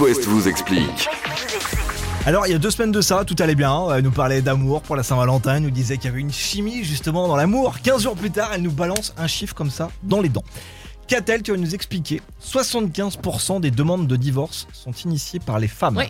West vous explique. Alors, il y a deux semaines de ça, tout allait bien. Euh, Elle nous parlait d'amour pour la Saint-Valentin. Elle nous disait qu'il y avait une chimie justement dans l'amour. 15 jours plus tard, elle nous balance un chiffre comme ça dans les dents. Catel, tu vas nous expliquer 75% des demandes de divorce sont initiées par les femmes. Oui.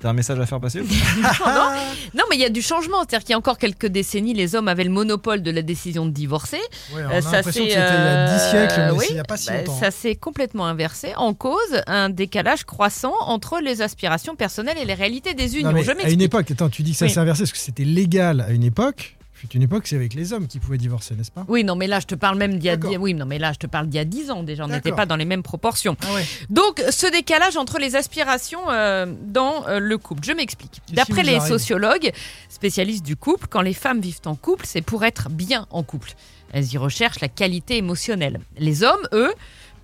T'as un message à faire passer ou pas Non, mais il y a du changement. C'est-à-dire qu'il y a encore quelques décennies, les hommes avaient le monopole de la décision de divorcer. Ouais, Euh, on a l'impression que c'était il y a euh, 10 siècles, mais oui, c'est il n'y a pas si bah, longtemps. Ça s'est complètement inversé. En cause, un décalage croissant entre les aspirations personnelles et les réalités des Non, unions. mais Je à une m'explique. époque, attends, tu dis que ça Oui. s'est inversé parce que c'était légal à une époque. Fut une époque, c'est avec les hommes qui pouvaient divorcer, n'est-ce pas Oui, non, mais là, je te parle même d'il y a D'accord. dix- oui, non, mais là, je te parle d'il y a 10 ans déjà. On n'était D'accord. pas dans les mêmes proportions. Ah ouais. Donc, ce décalage entre les aspirations euh, dans euh, le couple. Je m'explique. Qu'est-ce qui D'après vous les arrive sociologues, spécialistes du couple, quand les femmes vivent en couple, c'est pour être bien en couple. Elles y recherchent la qualité émotionnelle. Les hommes, eux,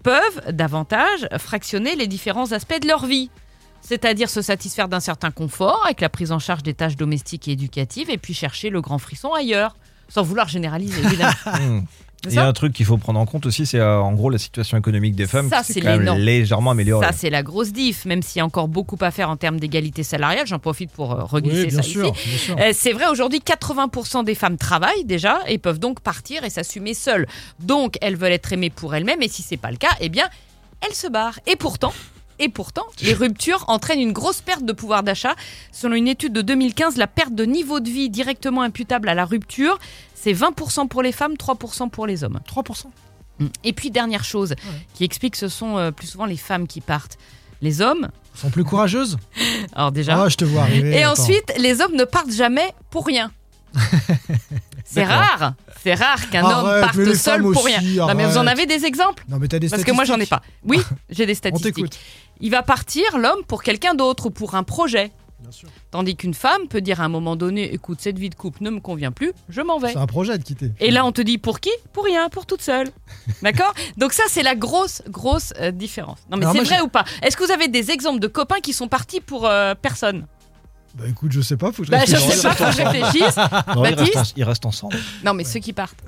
peuvent davantage fractionner les différents aspects de leur vie. C'est-à-dire se satisfaire d'un certain confort avec la prise en charge des tâches domestiques et éducatives et puis chercher le grand frisson ailleurs. Sans vouloir généraliser, évidemment. Hmm. C'est Il y a ça un truc qu'il faut prendre en compte aussi, c'est euh, en gros la situation économique des femmes Ça, qui c'est s'est quand même l'énorme. légèrement améliorée. Ça, c'est la grosse diff, même s'il y a encore beaucoup à faire en termes d'égalité salariale. J'en profite pour euh, Oui, reglisser bien ça sûr, ici. bien sûr. Euh, C'est vrai, aujourd'hui, 80% des femmes travaillent déjà et peuvent donc partir et s'assumer seules. Donc, elles veulent être aimées pour elles-mêmes et si c'est pas le cas, eh bien, elles se barrent. Et pourtant, et pourtant, les ruptures entraînent une grosse perte de pouvoir d'achat. Selon une étude de 2015, la perte de niveau de vie directement imputable à la rupture, c'est 20% pour les femmes, 3% pour les hommes. 3% Et puis, dernière chose qui explique que ce sont euh, plus souvent les femmes qui partent. Les hommes, sont plus courageuses alors déjà. Ah, je te vois arriver. et attends. ensuite, les hommes ne partent jamais pour rien. c'est D'accord. rare. C'est rare qu'un homme Arrête, mais les parte seul femmes pour aussi, rien. Non, mais vous en arrête. avez des exemples Non, mais t'as des Parce que moi, j'en ai statistiques. pas. Oui, j'ai des On statistiques. t'écoute. Il va partir, l'homme, pour quelqu'un d'autre ou pour un projet. Bien sûr. Tandis qu'une femme peut dire à un moment donné Écoute, cette vie de couple ne me convient plus, je m'en vais. C'est un projet de quitter. Et là, on te dit pour qui Pour rien, pour toute seule. D'accord Donc ça, c'est la grosse, grosse euh, différence. Non, mais Alors c'est moi, vrai j'ai- ou pas Est-ce que vous avez des exemples de copains qui sont partis pour euh, personne Bah écoute, je sais pas, faut que je bah, Je réfléchisse. sais pas, faut que je réfléchisse. Non, ils, restent, Baptiste en- ils restent ensemble, Non, mais ceux qui partent.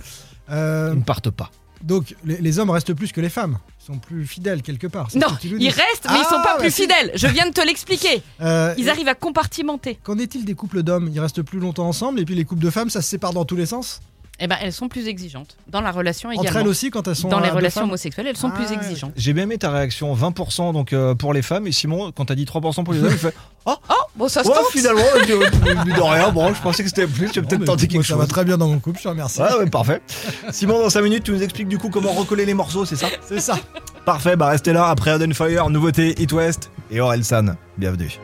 Euh, ils ne partent pas. donc, les, les hommes restent plus que les femmes. Ils sont plus fidèles quelque part. c'est Non, ce que tu nous dis. ils restent, mais ils sont Ah, pas bah plus si. fidèles. Je viens de te l'expliquer. Euh, Ils arrivent à compartimenter. Qu'en est-il des couples d'hommes Ils restent plus longtemps ensemble et puis les couples de femmes, ça se sépare dans tous les sens Eh ben, elles sont plus exigeantes dans la relation Entre également. elles aussi quand elles sont dans les euh, deux relations femmes homosexuelles, elles sont Ah, plus ouais, exigeantes. J'ai bien aimé ta réaction, 20% donc euh, pour les femmes, et Simon, quand t'as dit 3% pour les hommes, il fait Oh, bon, ça se Ouais, tente. finalement, je, mine de rien, bon, je pensais que c'était plus, tu as peut-être Moi, tenté quelque Ça va chose. très bien dans mon couple, je te remercie. Ouais, ouais, parfait. Simon, dans 5 minutes, tu nous expliques du coup comment recoller les morceaux, c'est ça C'est ça. Parfait, bah restez là après Aden Fire, nouveauté Hit West et Orelsan. Bienvenue.